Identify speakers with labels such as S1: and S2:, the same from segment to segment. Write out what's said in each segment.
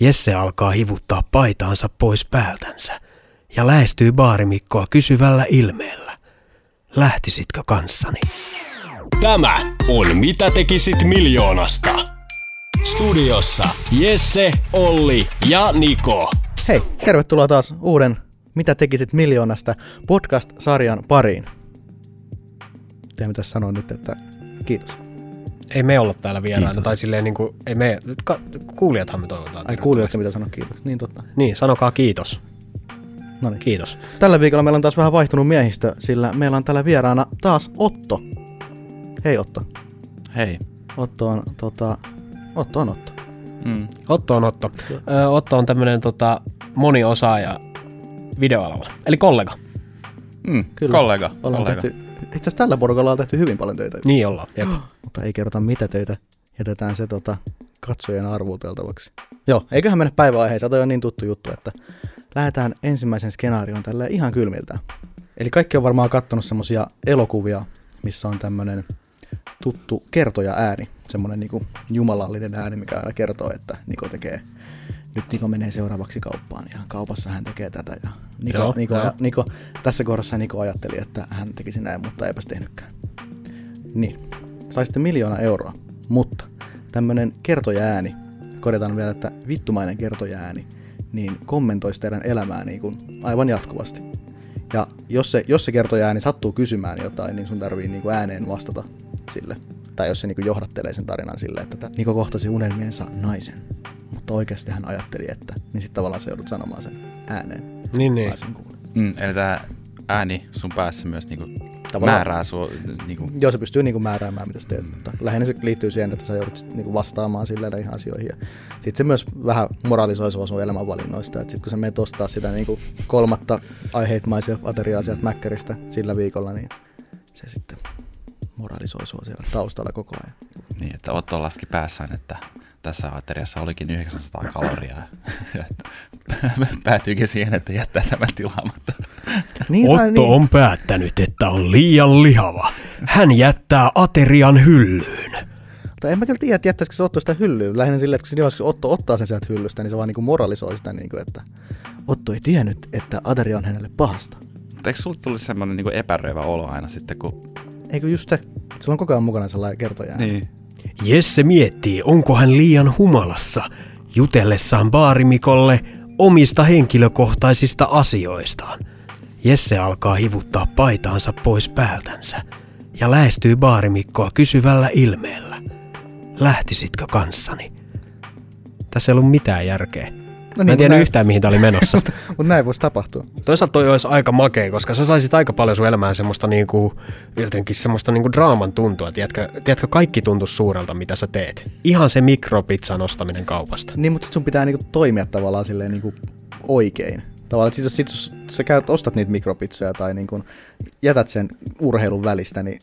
S1: Jesse alkaa hivuttaa paitaansa pois päältänsä ja lähestyy baarimikkoa kysyvällä ilmeellä. Lähtisitkö kanssani?
S2: Tämä on Mitä tekisit miljoonasta. Studiossa Jesse, Olli ja Niko.
S3: Hei, tervetuloa taas uuden Mitä tekisit miljoonasta podcast-sarjan pariin. Tiedän mitä sanoin nyt, että kiitos.
S4: Ei me olla täällä vieraana, tai silleen niin kuin, ei me, ka, kuulijathan me toivotaan.
S3: Ai kuulijoille mitä sanoa kiitos. Niin totta.
S4: Niin, sanokaa kiitos.
S3: No niin.
S4: Kiitos.
S3: Tällä viikolla meillä on taas vähän vaihtunut miehistö, sillä meillä on täällä vieraana taas Otto. Hei Otto.
S5: Hei.
S3: Otto on, tota, Otto on Otto.
S5: Mm.
S4: Otto on Otto. Ö, Otto on tämmöinen tota, moniosaaja videoalalla, eli kollega.
S5: Mm.
S3: Kyllä.
S5: Kollega.
S3: Ollaan
S5: kollega.
S3: tehty, itse asiassa tällä porukalla on tehty hyvin paljon töitä.
S4: Niin ollaan. Jep.
S3: Mutta ei kerrota mitä töitä. Jätetään se tota, katsojien arvuuteltavaksi. Joo, eiköhän mennä päiväaiheeseen. Toi on niin tuttu juttu, että lähdetään ensimmäisen skenaarioon tälle ihan kylmiltä. Eli kaikki on varmaan kattonut semmosia elokuvia, missä on tämmönen tuttu kertoja ääni. Semmonen niinku jumalallinen ääni, mikä aina kertoo, että Niko tekee nyt Niko menee seuraavaksi kauppaan ja kaupassa hän tekee tätä. Ja Niko,
S4: Joo,
S3: Niko,
S4: joo.
S3: ja Niko, tässä kohdassa Niko ajatteli, että hän tekisi näin, mutta eipäs tehnytkään. Niin, saisitte miljoona euroa, mutta tämmönen kertojääni, korjataan vielä, että vittumainen kertojääni, niin kommentoisi teidän elämää niin kuin aivan jatkuvasti. Ja jos se, jos se kertojääni sattuu kysymään jotain, niin sun tarvii niin kuin ääneen vastata sille. Tai jos se niin kuin johdattelee sen tarinan sille, että tä- Niko kohtasi unelmiensa naisen, mutta oikeasti hän ajatteli, että, niin sitten tavallaan se joudut sanomaan sen ääneen.
S4: Niin, niin.
S3: Mä sen kuulen.
S5: Mm, eli tämä ääni sun päässä myös niinku
S3: Tavallaan-
S5: määrää sua. Niinku,
S3: Joo, se pystyy niinku määräämään, mitä sä teet, mutta lähinnä se liittyy siihen, että sä joudut sit niinku vastaamaan sillä näihin asioihin. Ja sit se myös vähän moralisoi sua sun elämänvalinnoista, että sit kun sä menet ostaa sitä niinku kolmatta I hate myself ateriaa sieltä Mäkkäristä sillä viikolla, niin se sitten moralisoi sua siellä taustalla koko ajan.
S5: niin, että Otto laski päässään, että tässä ateriassa olikin 900 kaloria. Ja Päätyykin siihen, että jättää tämän tilaamatta.
S3: Niin, tai
S1: Otto on päättänyt, että on liian lihava. Hän jättää aterian hyllyyn.
S3: Tai en mä kyllä tiedä, että jättäisikö se Otto sitä hyllyä. Lähinnä silleen, että kun jos Otto ottaa sen sieltä hyllystä, niin se vaan niinku moralisoi sitä, niinku, että Otto ei tiennyt, että ateria on hänelle pahasta.
S5: Mutta eikö sulle tullut semmoinen niinku epäröivä olo aina sitten, kun...
S3: Eikö just se? että Sulla on koko ajan mukana sellainen kertoja.
S5: Niin.
S1: Jesse miettii, onko hän liian humalassa jutellessaan baarimikolle omista henkilökohtaisista asioistaan. Jesse alkaa hivuttaa paitaansa pois päältänsä ja lähestyy baarimikkoa kysyvällä ilmeellä. Lähtisitkö kanssani?
S4: Tässä ei ollut mitään järkeä.
S3: No
S4: Mä en tiedä
S3: näin,
S4: yhtään, mihin tää oli menossa.
S3: Mutta näin voisi tapahtua.
S4: Toisaalta toi olisi aika makea, koska sä saisit aika paljon sun elämään semmoista niinku, jotenkin semmoista niinku draaman tuntua. Tiedätkö, tiedätkö, kaikki tuntuu suurelta, mitä sä teet. Ihan se mikropizzan ostaminen kaupasta.
S3: Niin, mutta sit sun pitää niinku toimia tavallaan silleen niinku oikein. Tavallaan, että sit, jos, sit, jos sä käyt, ostat niitä mikropizzoja tai niinku jätät sen urheilun välistä, niin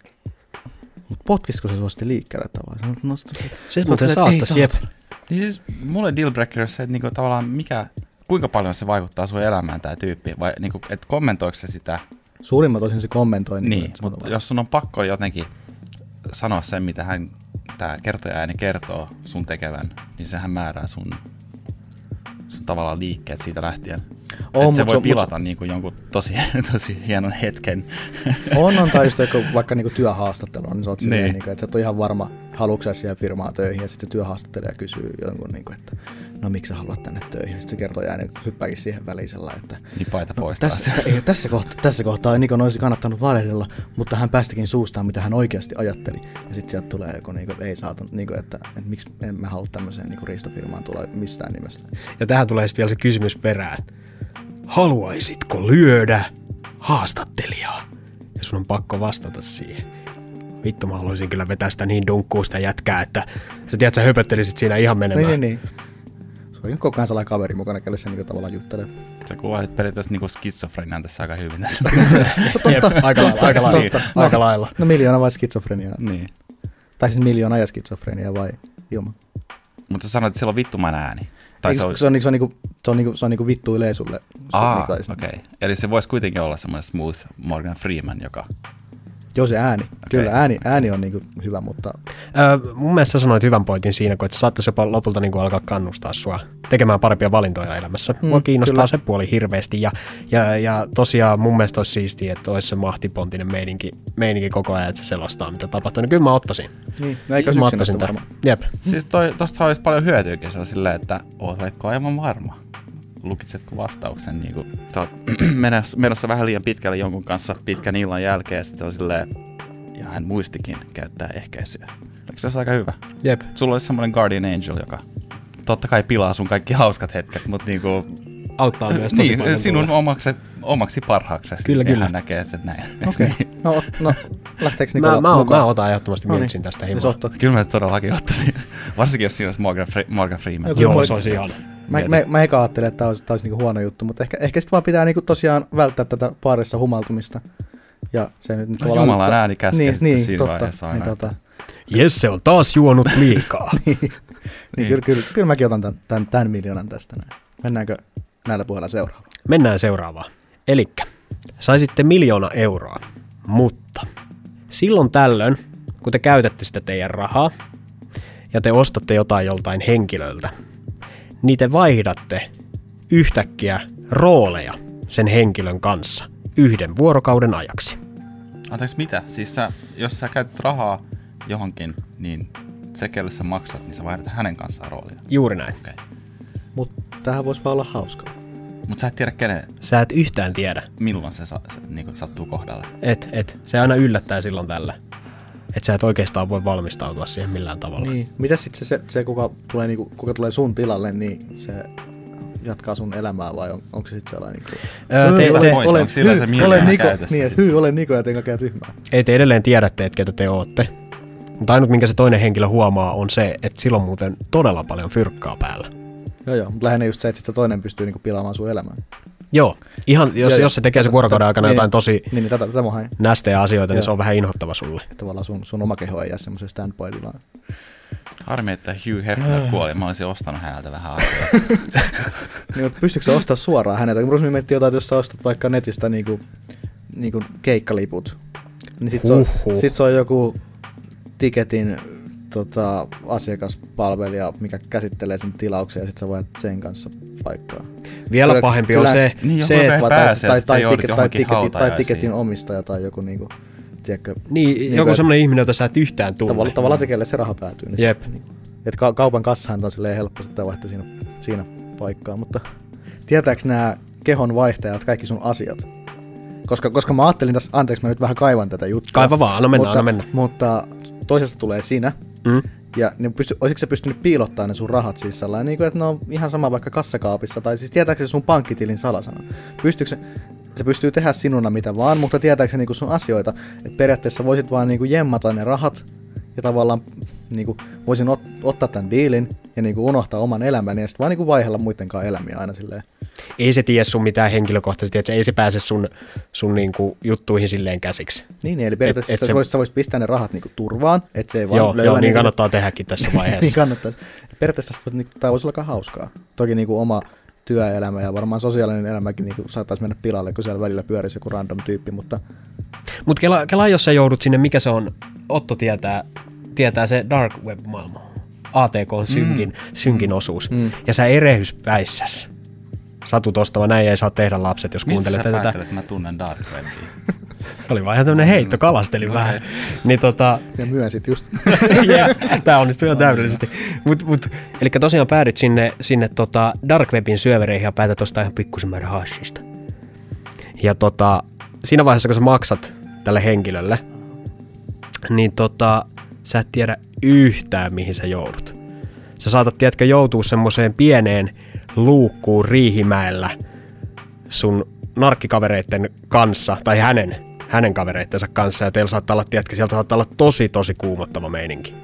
S3: Mut potkisiko se sua sitten liikkeelle tavallaan? No,
S4: Se muuten saattaisi, jep.
S5: Niin siis mulle dealbreaker on se, että niinku tavallaan mikä, kuinka paljon se vaikuttaa sun elämään tämä tyyppi, vai niinku, että kommentoiko se sitä
S3: Suurimmat osin se kommentoi. niinku,
S5: Niin,
S3: että se on
S5: mutta jos sun on pakko jotenkin sanoa sen, mitä hän tämä kertoja ääni kertoo sun tekevän, niin sehän määrää sun, sun tavallaan liikkeet siitä lähtien.
S3: On,
S5: Oh, Et
S3: mut
S5: se
S3: se
S5: voi
S3: on-
S5: pilata niin kuin jonkun tosi, tosi hienon hetken.
S3: On, on, tai just joku vaikka niinku työhaastattelu, on, niin sä oot silleen,
S5: Niin.
S3: niinku, että sä et ole ihan varma, haluatko sä siihen firmaan töihin, ja sitten se työhaastattelija kysyy jonkun, niinku, että no miksi sä haluat tänne töihin, ja sitten se kertoo jäänyt hyppääkin siihen väliin sellainen, että
S5: Niin paita pois
S3: No, tässä,
S5: taas.
S3: tä- ei, tässä, kohtaa, tässä kohtaa Nikon olisi kannattanut valehdella, mutta hän päästikin suustaan, mitä hän oikeasti ajatteli. Ja sitten sieltä tulee joku, niinku, että ei saatu, niinku, että, että, miksi en mä halua tämmöiseen niinku, riistofirmaan tulla mistään nimestä.
S4: Ja tähän tulee sitten vielä se kysymys perään.
S1: Haluaisitko lyödä
S4: haastattelijaa. Ja sun on pakko vastata siihen. Vittu, mä haluaisin kyllä vetää sitä niin dunkkuun sitä jätkää, että sä tiedät, sä höpöttelisit siinä ihan menemään.
S3: Niin, niin, niin. Se oli koko ajan sellainen kaveri mukana, kelle se niinku, tavallaan juttelee.
S5: Sä kuvailit periaatteessa niin kuin skitsofrenian tässä aika hyvin.
S4: Jep, aika lailla, aika lailla.
S3: niin. Totta.
S4: Aika lailla.
S3: No miljoona vai skitsofreniaa?
S5: niin.
S3: Tai siis miljoona ja skitsofrenia vai ilman?
S5: Mutta sä sanoit, että siellä on vittumainen ääni.
S3: Tai se, on... se, on, niinku- se, on, niinku, se, on, niinku, se on niinku vittu ylee sulle.
S5: Aa,
S3: Niinku, tai-
S5: okei. Okay. Eli se voisi kuitenkin olla semmoinen smooth Morgan Freeman, joka
S3: Joo, se ääni. Okay. Kyllä, ääni, ääni on niinku hyvä, mutta
S4: Öö, mun mielestä sä sanoit hyvän pointin siinä, kun että saattaisi jopa lopulta niin alkaa kannustaa sua tekemään parempia valintoja elämässä. Mm, Mua kiinnostaa kyllä. se puoli hirveästi ja, ja, ja tosiaan mun mielestä olisi siistiä, että olisi se mahtipontinen meininki, meininki koko ajan, että se selostaa mitä tapahtuu. Niin kyllä mä ottaisin.
S3: niin, eikä
S4: mä
S3: yksin
S4: ottaisin
S3: sitä
S4: tämän.
S3: varmaan.
S4: Jep.
S5: Siis toi, tosta olisi paljon hyötyäkin se on silleen, että oletko aivan varma? Lukitsetko vastauksen? Niin kuin, sä oot menossa, menossa vähän liian pitkälle jonkun kanssa pitkän illan jälkeen ja sitten on silleen, ja hän muistikin käyttää ehkäisyä. Eikö se olisi aika hyvä?
S4: Jep.
S5: Sulla olisi semmoinen Guardian Angel, joka totta kai pilaa sun kaikki hauskat hetket, mutta niinku,
S4: Auttaa myös tosi
S5: niin,
S4: paljon.
S5: sinun omaksi, omaksi parhaaksesi.
S4: Kyllä,
S5: Ja
S4: kyllä.
S5: Hän näkee sen näin.
S3: Okei. No, no, lähteekö Nikola
S4: Mä, mä, mä,
S3: mukaan?
S4: mä otan ehdottomasti
S3: No niin.
S4: miltsin tästä
S3: Se
S4: himoa.
S3: on totta.
S5: Kyllä mä todellakin ottaisin. Varsinkin jos siinä olisi Morgan, Fre- Morgan Freeman.
S3: Joo,
S4: Joo,
S3: Mulla-
S4: se olisi ihana.
S3: Mä, mä, mä eka ajattelin, että tämä olisi, olisi niinku huono juttu, mutta ehkä, ehkä sitten vaan pitää niinku tosiaan välttää tätä paarissa humaltumista. Ja se nyt
S5: No Jumalan ääni käskee
S3: niin,
S5: sitten
S3: niin,
S5: siinä
S3: totta,
S5: vaiheessa
S3: niin,
S5: aina, että-
S3: tota,
S4: Jesse on taas juonut liikaa.
S3: niin, kyllä, kyllä, kyllä, mäkin otan tämän, tämän, tämän miljoonan tästä näin. Mennäänkö näillä puheilla seuraavaan?
S4: Mennään seuraavaan. Elikkä, saisitte miljoona euroa, mutta silloin tällöin, kun te käytätte sitä teidän rahaa ja te ostatte jotain joltain henkilöltä, niin te vaihdatte yhtäkkiä rooleja sen henkilön kanssa yhden vuorokauden ajaksi.
S5: Anteeksi, mitä? Siis sä, jos sä käytät rahaa johonkin, niin se, kelle sä maksat, niin sä vaihdat hänen kanssaan roolia.
S4: Juuri näin.
S5: Okei. Okay.
S3: Mutta tämähän voisi vaan olla hauska.
S5: Mutta sä et tiedä, kenen,
S4: Sä et yhtään tiedä,
S5: milloin se, sa, se niin sattuu kohdalle.
S4: et, et, se aina yllättää silloin tällä. Et sä et oikeastaan voi valmistautua siihen millään tavalla.
S3: Niin. Mitä sitten se, se, se kuka, tulee, niinku, kuka tulee sun tilalle, niin se jatkaa sun elämää vai on, onko se sitten sellainen... Niinku,
S4: Öö, te-
S5: hyvä
S4: te-
S5: pointti, onko sillä se
S3: hyy,
S5: miljoona
S3: olen Niko,
S5: käytössä?
S3: niin, että hyy, olen Niko ja teinkä käy tyhmää.
S4: ei te edelleen tiedätte, että ketä te ootte. Mutta ainut, minkä se toinen henkilö huomaa, on se, että sillä on muuten todella paljon fyrkkaa päällä.
S3: Joo joo, mutta lähinnä just se, että sit se toinen pystyy niinku pilaamaan sun elämää.
S4: Joo, ihan jos,
S3: Joo,
S4: jos se tekee se vuorokauden aikana
S3: Niin,
S4: jotain tosi
S3: Niin, niin tätä, tätä mä hain.
S4: nästejä asioita, niin se on vähän inhottava sulle.
S3: Että Tavallaan sun, sun oma keho ei jää semmoiseen standpointiin vaan.
S5: Harmi, että Hugh
S4: Ah.
S5: Hefner kuoli. Mä olisin ostanut häneltä vähän aikaa.
S3: Niin, mutta pystyykö sä ostaa suoraan häneltä? Kun Bruce miettii jotain, että jos sä ostat vaikka netistä niinku, niinku keikkaliput, niin sit se, on,
S4: Huhhuh.
S3: sit se on joku tiketin tota, asiakaspalvelija, mikä käsittelee sen tilauksen ja sit sä voit sen kanssa paikkaa.
S4: Vielä
S3: Kyllä-
S4: pahempi on
S3: kyllä-
S4: se,
S5: Niin, joku
S4: se
S5: vähän-
S4: että
S3: Vai
S5: pääsee,
S3: tai,
S5: sit sä
S3: tai,
S5: joudut
S3: tiket- tai,
S5: johonkin
S3: tiketin, tai
S5: hautajaisiin.
S3: tiketin omistaja tai joku niinku, tiedätkö,
S4: niin,
S3: kuin,
S4: joku
S3: et
S4: semmoinen ihminen, jota sä et yhtään tunne.
S3: tavalla,
S5: Uhuh.
S3: tavallaan se, kelle se raha päätyy. Niin
S4: Jep.
S3: Et ka- kaupan kassahan on silleen helppo sitten vaihtaa siinä, siinä paikkaa, mutta tietääks nämä kehon vaihtajat kaikki sun asiat? Koska, koska mä ajattelin tässä, anteeksi mä nyt vähän kaivan tätä juttua.
S4: Kaiva vaan, anna mennä,
S3: mutta,
S4: No anna mennä.
S3: Mutta toisesta tulee sinä.
S4: Mm.
S3: Ja niin pysty, olisitko sä pystynyt piilottaa ne sun rahat siis sellainen, niin kuin, että ne on ihan sama vaikka kassakaapissa, tai siis tietääksä sun pankkitilin salasana? Pystyykö se, se pystyy tehdä sinuna mitä vaan, mutta tietääksä niin sun asioita, että periaatteessa voisit vaan niin kuin jemmata ne rahat, ja tavallaan niin kuin, voisin ot, ottaa tämän diilin, ja niin kuin unohtaa oman elämäni, ja sitten vaan niin kuin vaihella muidenkaan elämiä aina silleen.
S4: Ei se tiedä sun mitään henkilökohtaisesti, että se ei se pääse sun, sun niinku juttuihin silleen käsiksi.
S3: Niin, eli periaatteessa
S4: et
S3: sä,
S4: se-
S3: voisit, sä voisit pistää ne rahat niin kuin turvaan, että se ei vaan
S4: Joo,
S3: löydä
S4: joo niin
S3: niinku-
S4: kannattaa tehdäkin tässä
S3: niin
S4: vaiheessa.
S3: kannattaa. Periaatteessa tämä voisi olla aika hauskaa. Toki niin kuin oma työelämä ja varmaan sosiaalinen elämäkin niin saattaisi mennä pilalle, kun siellä välillä pyörisi joku random tyyppi, mutta
S4: Mutta kela, kela, jos sä joudut sinne, mikä se on, Otto tietää, tietää se dark web-maailma, ATK on synkin, mm. synkin osuus, mm. ja sä erehys päissäs. Satut ostava, näin ei saa tehdä lapset, jos
S5: Mistä sä
S4: kuuntelette tätä.
S5: päättelet, että mä tunnen Dark Webbia?
S4: Se oli vaan ihan tämmönen heitto, kalastelin okay. vähän. Niin tota,
S3: ne myönsit just.
S4: yeah, tää onnistui ihan täydellisesti. Mut, mut, eli tosiaan päädyt sinne, sinne tota dark webin syövereihin ja päätät ostaa ihan pikkusen määrän hashista. Ja tota, siinä vaiheessa kun sä maksat tälle henkilölle, niin tota, sä et tiedä yhtään mihin sä joudut. Sä saatat, tiedätkö, joutua semmoiseen pieneen luukkuun riihimäellä sun narkkikavereitten kanssa, tai hänen, hänen kavereittensa kanssa, ja teillä saattaa olla, tiedätkö, sieltä saattaa olla tosi, tosi kuumottava meininki.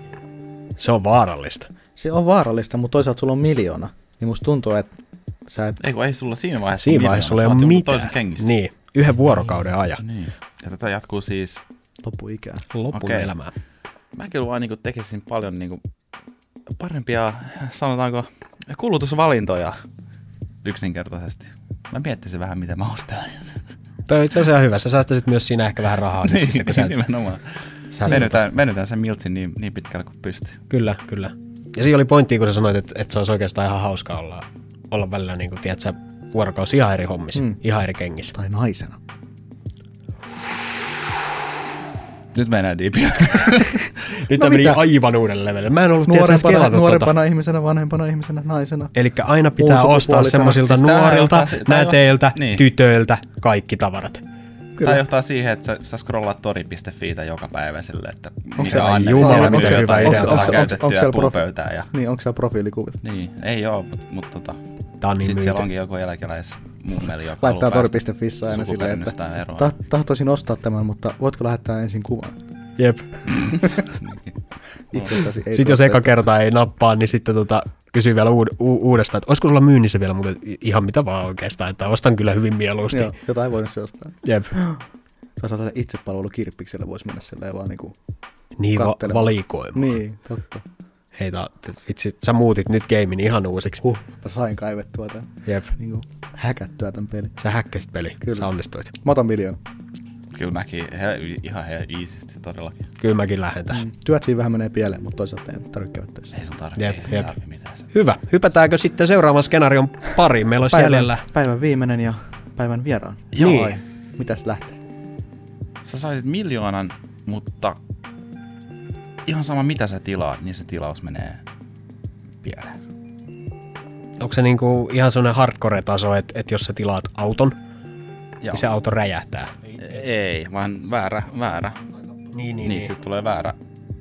S4: Se on vaarallista.
S3: Se on vaarallista, mutta toisaalta sulla on miljoona, niin musta tuntuu, että sä et...
S5: Ei kun ei sulla siinä vaiheessa
S4: Siinä vaiheessa sulla ei ole mitään.
S5: Toisen kengissä.
S4: Niin, yhden vuorokauden ajan.
S5: niin. Ja tätä jatkuu siis
S3: loppu ikää.
S4: Lopun
S5: Okei.
S4: elämää.
S5: mä kyllä vaan niin tekisin paljon niin parempia, sanotaanko, Niin, kulutusvalintoja yksinkertaisesti. Mä miettisin vähän, mitä mä ostelen.
S4: Toi on itse asiassa ihan hyvä. Sä säästäisit myös siinä ehkä vähän rahaa. niin, sitten, kun sä,
S5: nimenomaan.
S4: sä tota-
S5: Venytään, venytään sen miltsin niin, niin pitkälle kuin pystyy.
S4: Kyllä, kyllä. Ja siinä oli pointti, kun sä sanoit, että, että se olisi oikeastaan ihan hauska olla, olla välillä, niin kuin, tiedät sä, vuorokausi ihan eri hommissa, mm. ihan eri kengissä.
S3: Tai naisena.
S5: Nyt mennään diipillä.
S4: Nyt
S3: No
S4: no meni
S3: mitä?
S4: aivan uudelle levelille. Mä en ollut, tiedät sä, edes
S3: Nuorempana,
S4: kelannut tota.
S3: nuorempana ihmisenä, vanhempana ihmisenä, naisena.
S4: Eli aina pitää
S3: Muun
S4: ostaa
S3: sukupuolisena.
S4: semmoisilta
S5: Siis tää on
S4: nuorilta,
S5: taas- tää on-
S4: näteiltä,
S5: niin.
S4: tytöiltä kaikki tavarat.
S5: Tämä johtaa siihen, että sä, sä scrollaat tori.fiitä joka päivä sille, että mikä
S4: ai
S5: annetaan.
S4: jumala,
S5: Siellä
S4: onko se
S5: myy
S4: hyvä
S5: jotain
S4: idea?
S5: jotain
S3: Onko se- onko- onko
S5: käytettyä
S3: siellä profi-
S5: puupöytää. Ja,
S3: Niin, onko siellä profiilikuvia?
S5: niin, ei joo, mutta mut, tota, niin
S4: Tää on niin
S5: sitten
S4: myyty.
S5: siellä onkin joku eläkeläis mummeli, joka
S3: Laittaa
S5: haluaa päästä
S3: tori.fissä aina silleen, että
S5: sukuperintystään eroon.
S3: "Taht- tahtoisin ostaa tämän, mutta voitko lähettää ensin kuvan?
S4: Jep.
S3: Itsestäsi ei
S4: Sitten jos eka
S3: tuotteesta.
S4: kerta ei nappaa, niin sitten tota, kysyy vielä uud- u- uudestaan, että olisiko sulla myynnissä vielä, mutta ihan mitä vaan oikeastaan, että ostan kyllä hyvin mieluusti.
S3: Joo, jotain voinut se ostaa.
S4: Jep.
S3: Tai sellaisella itsepalvelukirppiksellä voisi mennä silleen vaan niinku...
S4: Niin va-
S3: Kattelemaan.
S4: valikoima.
S3: Niin, totta.
S4: Hei, ta, vitsi, sä muutit nyt gamein ihan uusiksi.
S3: Huh, mä sain kaivettua tämän.
S4: Jep.
S3: Niinku häkättyä tämän pelin.
S4: Sä häkkäsit peli.
S3: Kyllä.
S4: Kyllä. Sä onnistuit.
S3: Mä otan miljoona.
S5: Kyllä mäkin he, ihan he, iisisti todellakin.
S4: Kyllä mäkin lähden tähän. Mm.
S3: Työt siinä vähän menee pieleen, mutta toisaalta ei tarvitse käydä töissä.
S5: Ei sun tarvitse,
S4: Jep,
S5: ei sun
S4: jep.
S5: tarvitse mitään. Se-
S4: Hyvä. Hypätäänkö sitten seuraavan skenaarion pariin? Meillä olisi jäljellä.
S3: päivän viimeinen ja päivän vieraan.
S5: Joo.
S3: Ai, Mitäs lähtee?
S5: Sä saisit miljoonan, mutta ihan sama mitä sä tilaat, niin se tilaus menee pieleen.
S4: Onko se niinku ihan sellainen hardcore-taso, että, että jos sä tilaat auton,
S5: Joo.
S4: niin se auto räjähtää?
S5: Ei, vaan väärä, väärä.
S4: Niin,
S5: Niin, niin. sitten tulee väärä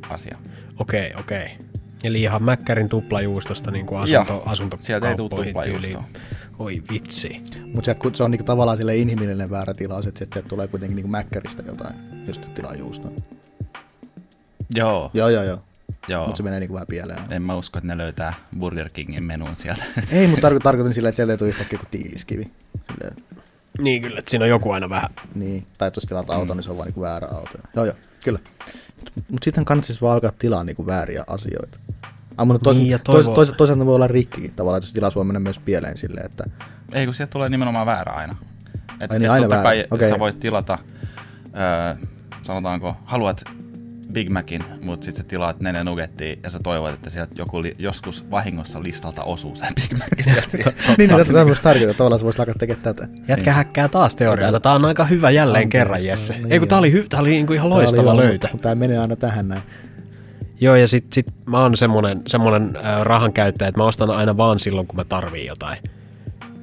S5: asia.
S4: Okei, okei. Eli ihan mäkkärin tuplajuustosta niin kuin asunto,
S5: Joo.
S4: asuntokauppoihin
S5: Sieltä ei tuu
S4: tyyliin.
S5: tuplajuustoa.
S4: Oi vitsi.
S3: Mutta se on niinku tavallaan sille inhimillinen väärä tilaus, että sieltä tulee kuitenkin niinku mäkkäristä jotain, jos nyt tilaa juustoa.
S5: Joo,
S3: Joo, joo, joo.
S5: joo.
S3: Mutta se menee niinku vähän pieleen.
S5: En mä usko, että ne löytää Burger Kingin menun sieltä.
S3: Ei, mutta tarko- tarkoitin sillä, että sieltä ei tule yhtäkkiä kuin tiiliskivi. Silleen,
S4: Niin kyllä, että siinä on joku aina vähän.
S3: Niin, tai että jos tilaat auton, niin se on vaan niinku väärä auto. Joo, joo, kyllä. Mutta sitten kannattaisi siis vaan alkaa tilaa niinku vääriä asioita. Ah, mutta tois,
S4: Niin, ja
S3: niin,
S4: toivoa-
S3: tois, tois, toisaalta voi olla rikkikin tavallaan, että jos tilaus voi mennä myös pieleen silleen, että
S5: Ei, kun sieltä tulee nimenomaan väärä aina. Et,
S3: Ai niin, aina
S5: totta
S3: väärä.
S5: kai
S3: Okei.
S5: sä voit tilata, öö, sanotaanko, haluat Big Macin, mutta sitten sä tilaat neljä nugettia ja sä toivot, että sieltä joku li- joskus vahingossa listalta osuu se Niin. Big Mac sieltä.
S3: niin, niin tätä voisi tarkoittaa, tavallaan se voisi alkaa tekemään tätä.
S4: Jätkä häkkää taas teorioita. Tää on aika hyvä jälleen kerran, Jesse. Ei kun tää oli, hy- tää oli niinku ihan loistava löytö.
S3: Mutta tämä menee aina tähän näin.
S4: Joo, ja sit, sit mä oon semmonen, semmonen äh, rahan käyttäjä, että mä ostan aina vaan silloin, kun mä tarviin jotain.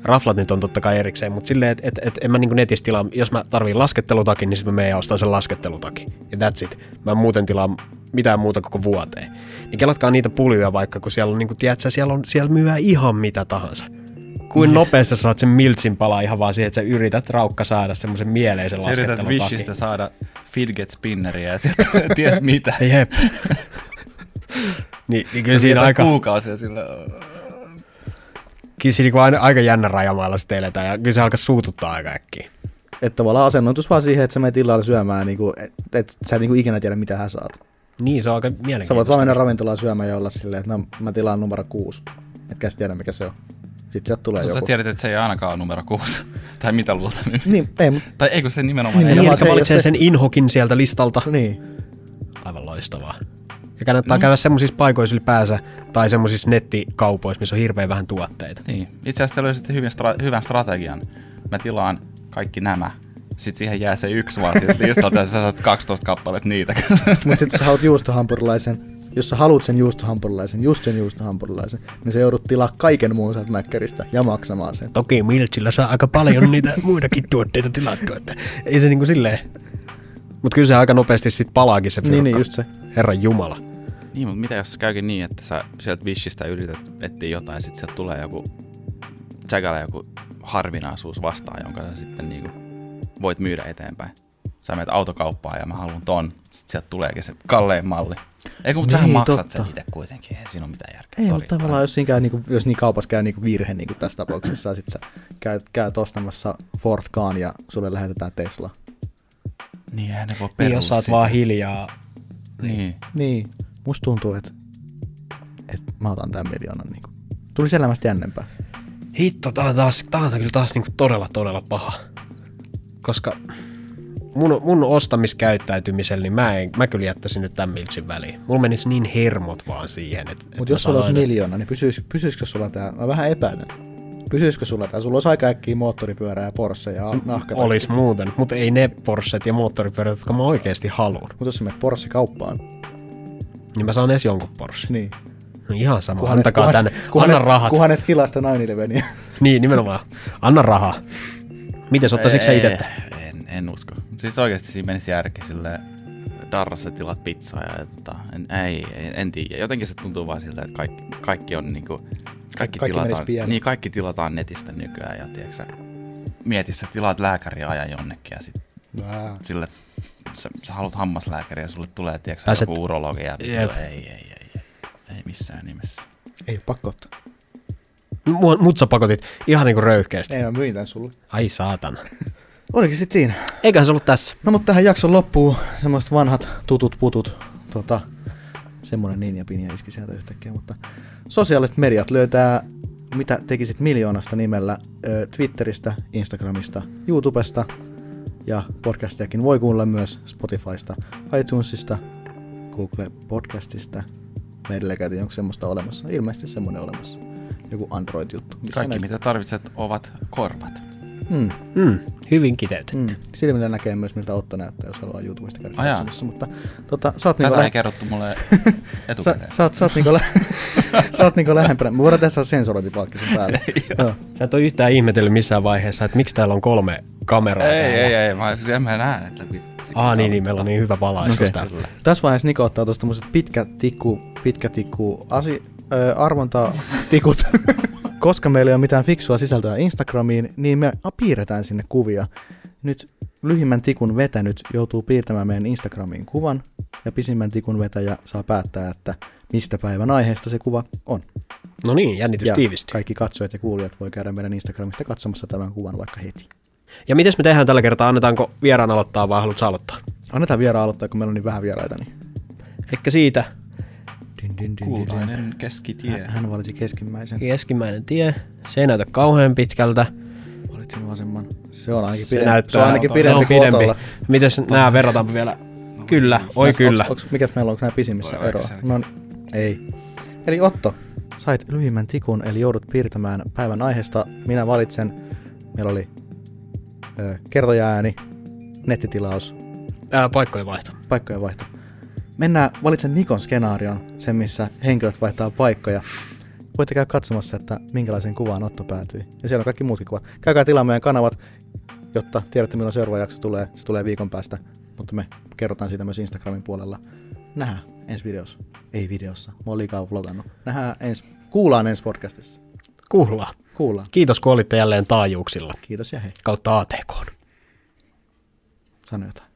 S4: Raflat nyt on totta kai erikseen, mutta silleen, että et, et en mä niinku netissä tilaa, jos mä tarviin laskettelutakin, niin sit mä menen ja ostan sen laskettelutakin. Ja that's it. Mä en muuten tilaa mitään muuta koko vuoteen. Niin kelatkaa niitä puljuja vaikka, kun siellä on, niinku, tiedätkö, siellä, on, siellä myyä ihan mitä tahansa.
S5: Niin.
S4: Kuin nopeasti sä saat sen miltsin palaa ihan vaan siihen, että sä yrität raukka saada semmoisen mieleisen
S5: Sä yrität
S4: laskettelutakin.
S5: Wishistä saada fidget spinneriä ja sieltä ties mitä.
S4: Jep. niin, niin kyllä siinä
S5: Sä vietät
S4: aika...
S5: Kuukausia sillä...
S4: kyllä siinä niinku aina, aika jännä rajamailla sitten eletään ja kyllä se alkaa suututtaa aika äkkiä.
S3: Että tavallaan asennoitus vaan siihen, että sä menet illalla syömään, niin kuin, et, et, sä et niin kuin ikinä tiedä, mitä hän saat.
S4: Niin, se on aika
S3: Sä voit
S4: mielenkiintoista.
S3: vaan mennä ravintolaan syömään ja olla silleen, että no, mä tilaan numero kuusi. Etkä sä tiedä, mikä se on. Sitten sieltä tulee
S5: Kun Sä
S3: joku.
S5: tiedät, että se ei ainakaan ole numero kuusi. tai mitä luultavimmin.
S3: Niin, ei, mut,
S5: Tai eikö se nimenomaan ei
S4: Niin,
S3: Niin,
S4: eli
S3: vaan
S4: se,
S3: se-
S4: valitsee
S3: se-
S4: sen inhokin sieltä listalta.
S5: Ah.
S3: niin.
S4: Aivan loistavaa. Ja kannattaa käydä semmoisissa paikoissa ylipäänsä tai semmoisissa nettikaupoissa, missä on hirveän vähän tuotteita.
S5: Niin. Itse asiassa te löysitte hyvin stra- hyvän strategian. Mä tilaan kaikki nämä. Sitten siihen jää se yksi vaan siitä listalta ja sä saat 12 kappaletta niitä.
S3: Mutta sitten jos sä haluat juustohampurilaisen, jos sä haluat sen juustohampurilaisen, just sen juustohampurilaisen, niin se joudut tilaa kaiken muun sieltä Mäkkäristä ja maksamaan sen.
S4: Toki Miltsillä saa aika paljon niitä muitakin tuotteita tilattua, että ei se niinku silleen... Mut kyllä se aika nopeasti sit palaakin se fyrkka.
S3: Niin, niin, just se.
S4: Herran jumala.
S5: niin, mutta mitä jos käykin niin, että sä sieltä Wishistä yrität etsiä jotain, sitten sieltä tulee joku tsäkällä joku harvinaisuus vastaan, jonka sä sitten niinku voit myydä eteenpäin. Sä menet autokauppaan ja mä haluan ton. Sitten sieltä tuleekin se kallein malli. Eikö, mutta sähän
S3: Niin,
S5: maksat
S3: totta.
S5: sen itse kuitenkin. Ei siinä ole mitään järkeä.
S3: Ei,
S5: Sori.
S3: mutta tavallaan jos, siinä käy, niinku, jos niin kaupassa käy niinku virhe niinku tässä tapauksessa, ja sit sä käyt, käyt ostamassa Ford Kaan ja sulle lähetetään Tesla.
S5: Niin, eihän ne voi
S4: Niin,
S5: perua
S4: jos sä oot
S5: sitä.
S4: vaan hiljaa.
S5: Niin.
S3: Niin, musta tuntuu, että et mä otan tämän miljoonan. Niinku. Tuli elämästä jännempää.
S4: Hitto, tää on taas, tää on kyllä taas niinku todella todella paha. koska mun, mun ostamiskäyttäytymisellä, niin mä, en, mä kyllä jättäisin nyt tämän miltsin väliin. Mulla menisi niin hermot vaan siihen, että...
S3: Mutta jos sulla olisi miljoona, niin pysyis, pysyisikö sulla tämä? Mä vähän epäilen. Pysyisikö sulla tämä? Sulla olisi aika äkkiä moottoripyörää ja Porsche ja nahka.
S4: Olis muuten, mutta ei ne Porschet ja moottoripyörät, jotka mä oikeasti haluan.
S3: Mutta jos sä menet Porsche-kauppaan,
S4: Niin mä saan edes jonkun Porsche.
S3: niin...
S4: No ihan sama, antakaa tänne. Anna rahat.
S3: Kunhan et kilaa sitä nainilveniä.
S4: Niin, nimenomaan. Anna rahaa. Miten sä ottaisitko sä
S5: Ei,
S4: itse?
S5: En, en usko. Siis oikeasti siinä menisi järki silleen, darrassa tilat pizzaa ja tota, en, ei, en, en tiedä. Jotenkin se tuntuu vaan siltä, että kaikki, kaikki on niinku,
S3: kaikki
S5: kaikki,
S3: menisi
S5: tilataan,
S3: pieleen.
S5: niin, kaikki tilataan netistä nykyään ja tiedätkö sä, mieti, sä tilaat lääkäriä ajan jonnekin ja sit
S3: Vää.
S5: sille, sä, sä haluat hammaslääkäriä ja sulle tulee, tiedätkö sä,
S4: Pääset-
S5: joku urologi ja
S4: Jep.
S5: ei, ei, ei, ei, ei, missään nimessä.
S3: Ei oo pakko ottaa.
S4: Mua- Mut sä pakotit ihan niinku röyhkeästi.
S3: Ei, mä myin tän sulle.
S4: Ai saatana.
S3: Oliko sit siinä?
S4: Eiköhän se ollut tässä.
S3: No mutta tähän jakson loppuun semmoiset vanhat tutut putut. Tota, semmoinen niin ja pinja iski sieltä yhtäkkiä, mutta sosiaaliset mediat löytää mitä tekisit miljoonasta nimellä ö, Twitteristä, Instagramista, YouTubesta ja podcastiakin voi kuulla myös Spotifysta, iTunesista, Google Podcastista. Meillä käytiin, onko semmoista olemassa? Ilmeisesti semmoinen olemassa. Joku Android-juttu. Missä
S5: Kaikki
S3: näistä-
S5: mitä tarvitset ovat korvat.
S3: Mm.
S4: Mm, hyvin kiteytetty.
S3: Mm. Silmillä näkee myös, miltä Otto näyttää, jos haluaa YouTubesta käydä
S5: Ajaa.
S3: katsomassa. Mutta tota, sä oot niinku
S5: Tätä
S3: lä-
S5: ei kerrottu mulle
S3: sä,
S5: etukäteen.
S3: sä, oot, sä, oot niinku lä- sä oot niinku lähempänä. Me voidaan tässä sensorointipalkki sun päälle. Joo.
S4: Sä et ole yhtään ihmetellyt missään vaiheessa, että miksi täällä on kolme kameraa
S5: Ei,
S4: täällä.
S5: ei, ei, mä, en mä näen, että vitsi.
S4: Ah, niin, niin, meillä on niin hyvä valaisuus okay. täällä.
S5: Kyllä.
S3: Tässä vaiheessa Niko ottaa tuosta tämmöiset pitkä tikku, pitkä tikku, asi, ö, arvonta tikut. Koska meillä ei ole mitään fiksua sisältöä Instagramiin, niin me a- piirretään sinne kuvia. Nyt lyhimmän tikun vetänyt joutuu piirtämään meidän Instagramiin kuvan, ja pisimmän tikun vetäjä saa päättää, että mistä päivän aiheesta se kuva on.
S4: No niin, jännitys
S3: Ja
S4: tiivistyy.
S3: kaikki katsojat ja kuulijat voi käydä meidän Instagramista katsomassa tämän kuvan vaikka heti.
S4: Ja mites me tehdään tällä kertaa? Annetaanko vieraan aloittaa vai haluatko sä aloittaa?
S3: Annetaan vieraan aloittaa, kun meillä on niin vähän vieraita. Niin.
S4: Elikkä siitä
S3: Din, din, din, din, din.
S5: Kultainen keskitie.
S3: Hän- Hän valitsi keskimmäisen.
S4: keskimmäinen tie, se ei näytä kauhean pitkältä.
S3: Valitsin vasemman. Se on ainakin
S4: Se
S3: pidempi.
S4: näyttää,
S3: se on ainakin
S4: se on
S3: pidempi,
S4: pidempi. No,
S3: fotolla.
S4: Mites nää verrataanpa vielä? Kyllä, oi
S3: Onks-
S4: kyllä.
S3: Onks, onks, mikäs meillä on, onko nämä pisimmissä
S5: Voi
S3: eroa?
S5: oikein.
S3: No niin, ei. Eli Otto, sait lyhimmän tikun, eli joudut piirtämään päivän aiheesta. Minä valitsen, meillä oli ö, kertojääni, nettitilaus,
S4: Ää, paikkojen vaihto.
S3: paikkojen vaihto. Mennään, valitsen Nikon skenaarion, sen missä henkilöt vaihtaa paikkoja. Voitte käydä katsomassa, että minkälaisen kuvaan Otto päätyi. Ja siellä on kaikki muutkin kuvat. Käykää tilaamaan meidän kanavat, jotta tiedätte milloin seuraava jakso tulee. Se tulee viikon päästä, mutta me kerrotaan siitä myös Instagramin puolella. Nähdään ensi videossa. Ei videossa, mä oon liikaa vlogannut. Nähdään ensi, kuullaan ensi podcastissa.
S4: Kuhlaa.
S3: Kuullaan.
S4: Kiitos kun olitte jälleen taajuuksilla
S3: Kiitos ja hei.
S4: kautta ATK.
S3: Sano jotain.